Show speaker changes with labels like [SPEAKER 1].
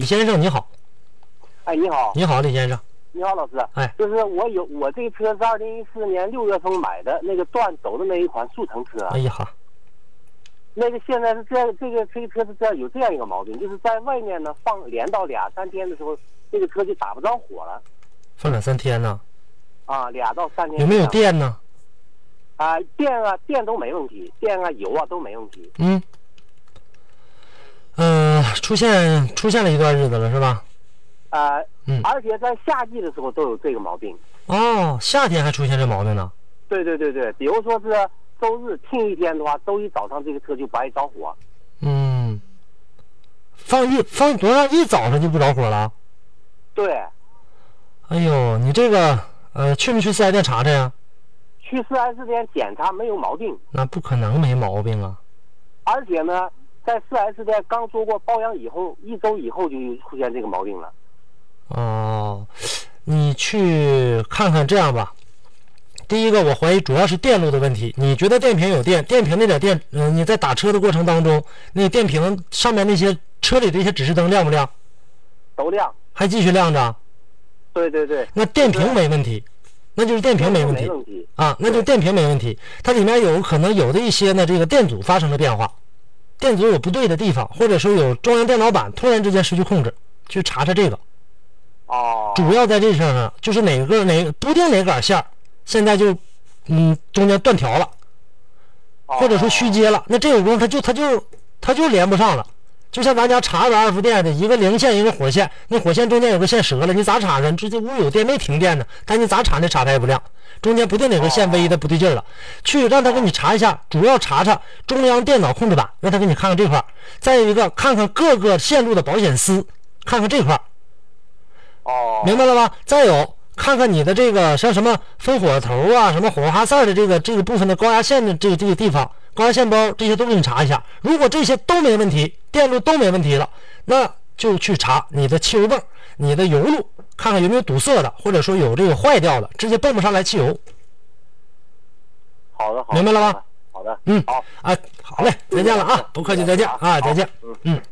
[SPEAKER 1] 李先生你好，
[SPEAKER 2] 哎，你好，
[SPEAKER 1] 你好，李先生，
[SPEAKER 2] 你好，老师。
[SPEAKER 1] 嗯哎
[SPEAKER 2] 就是我有我这车是二零一四年六月份买的那个断轴的那一款速腾车，啊
[SPEAKER 1] 哎呀，
[SPEAKER 2] 那个现在是这样，这个这个车是这样有这样一个毛病，就是在外面呢放连到俩三天的时候，这个车就打不着火了
[SPEAKER 1] 放两三天呢，
[SPEAKER 2] 啊，俩到三天
[SPEAKER 1] 有没有
[SPEAKER 2] 这样
[SPEAKER 1] 电呢？
[SPEAKER 2] 啊？电啊，电都没问题，电啊油啊都没问题。
[SPEAKER 1] 嗯，嗯、出现出现了一段日子了是吧？
[SPEAKER 2] 啊，
[SPEAKER 1] 嗯
[SPEAKER 2] 而且在夏季的时候都有这个毛病。
[SPEAKER 1] 哦，夏天还出现这毛病呢？
[SPEAKER 2] 对对对对，比如说是周日停一天的话，周一早上这个车就不爱着火。
[SPEAKER 1] 嗯，放一放多大一早上就不着火了？
[SPEAKER 2] 对，
[SPEAKER 1] 哎呦，你这个呃，去没去四 S 店查查呀？
[SPEAKER 2] 去四 S 店检查没有毛病，
[SPEAKER 1] 那不可能没毛病啊！
[SPEAKER 2] 而且呢，在四 S 店刚做过保养以后，一周以后就出现这个毛病了。
[SPEAKER 1] 哦，你去看看，这样吧。第一个，我怀疑主要是电路的问题。你觉得电瓶有电？电瓶那点电，嗯、你在打车的过程当中，那电瓶上面那些车里这些指示灯亮不亮？
[SPEAKER 2] 都亮，
[SPEAKER 1] 还继续亮着？
[SPEAKER 2] 对对对，
[SPEAKER 1] 那电瓶没问题，那就是电瓶没问题
[SPEAKER 2] 没问题。
[SPEAKER 1] 啊，那就电瓶没问题。它里面有可能有的一些呢，这个电阻发生了变化，电阻有不对的地方，或者说有中央电脑板突然之间失去控制，去查查这个。
[SPEAKER 2] 哦，
[SPEAKER 1] 主要在这上呢，就是哪个哪不定哪杆线儿，现在就嗯中间断条了，
[SPEAKER 2] 哦
[SPEAKER 1] 或者说虚接了，那这个功夫它就它就它就连不上了。就像咱家插着二伏电的，一个零线，一个火线，那火线中间有个线折了，你咋插上？这这屋有电没停电呢，但你咋插那插排也不亮，中间不定哪个线微的不对劲儿了，去让他给你查一下，主要查查中央电脑控制板，让他给你看看这块儿，再一个看看各个线路的保险丝，看看这块儿，
[SPEAKER 2] 哦，
[SPEAKER 1] 明白了吧？再有，看看你的这个像什么分火头啊、什么火花塞的这个这个部分的高压线的这个这个地方，高压线包这些都给你查一下。如果这些都没问题，电路都没问题了，那就去查你的汽油泵、你的油路，看看有没有堵塞的，或者说有这个坏掉的，直接泵不上来汽油。
[SPEAKER 2] 好的，好的，
[SPEAKER 1] 明白了吧？
[SPEAKER 2] 好的，
[SPEAKER 1] 嗯
[SPEAKER 2] 好，
[SPEAKER 1] 啊，好嘞，再见了啊，不客气，再见啊，再见。
[SPEAKER 2] 嗯。
[SPEAKER 1] 嗯。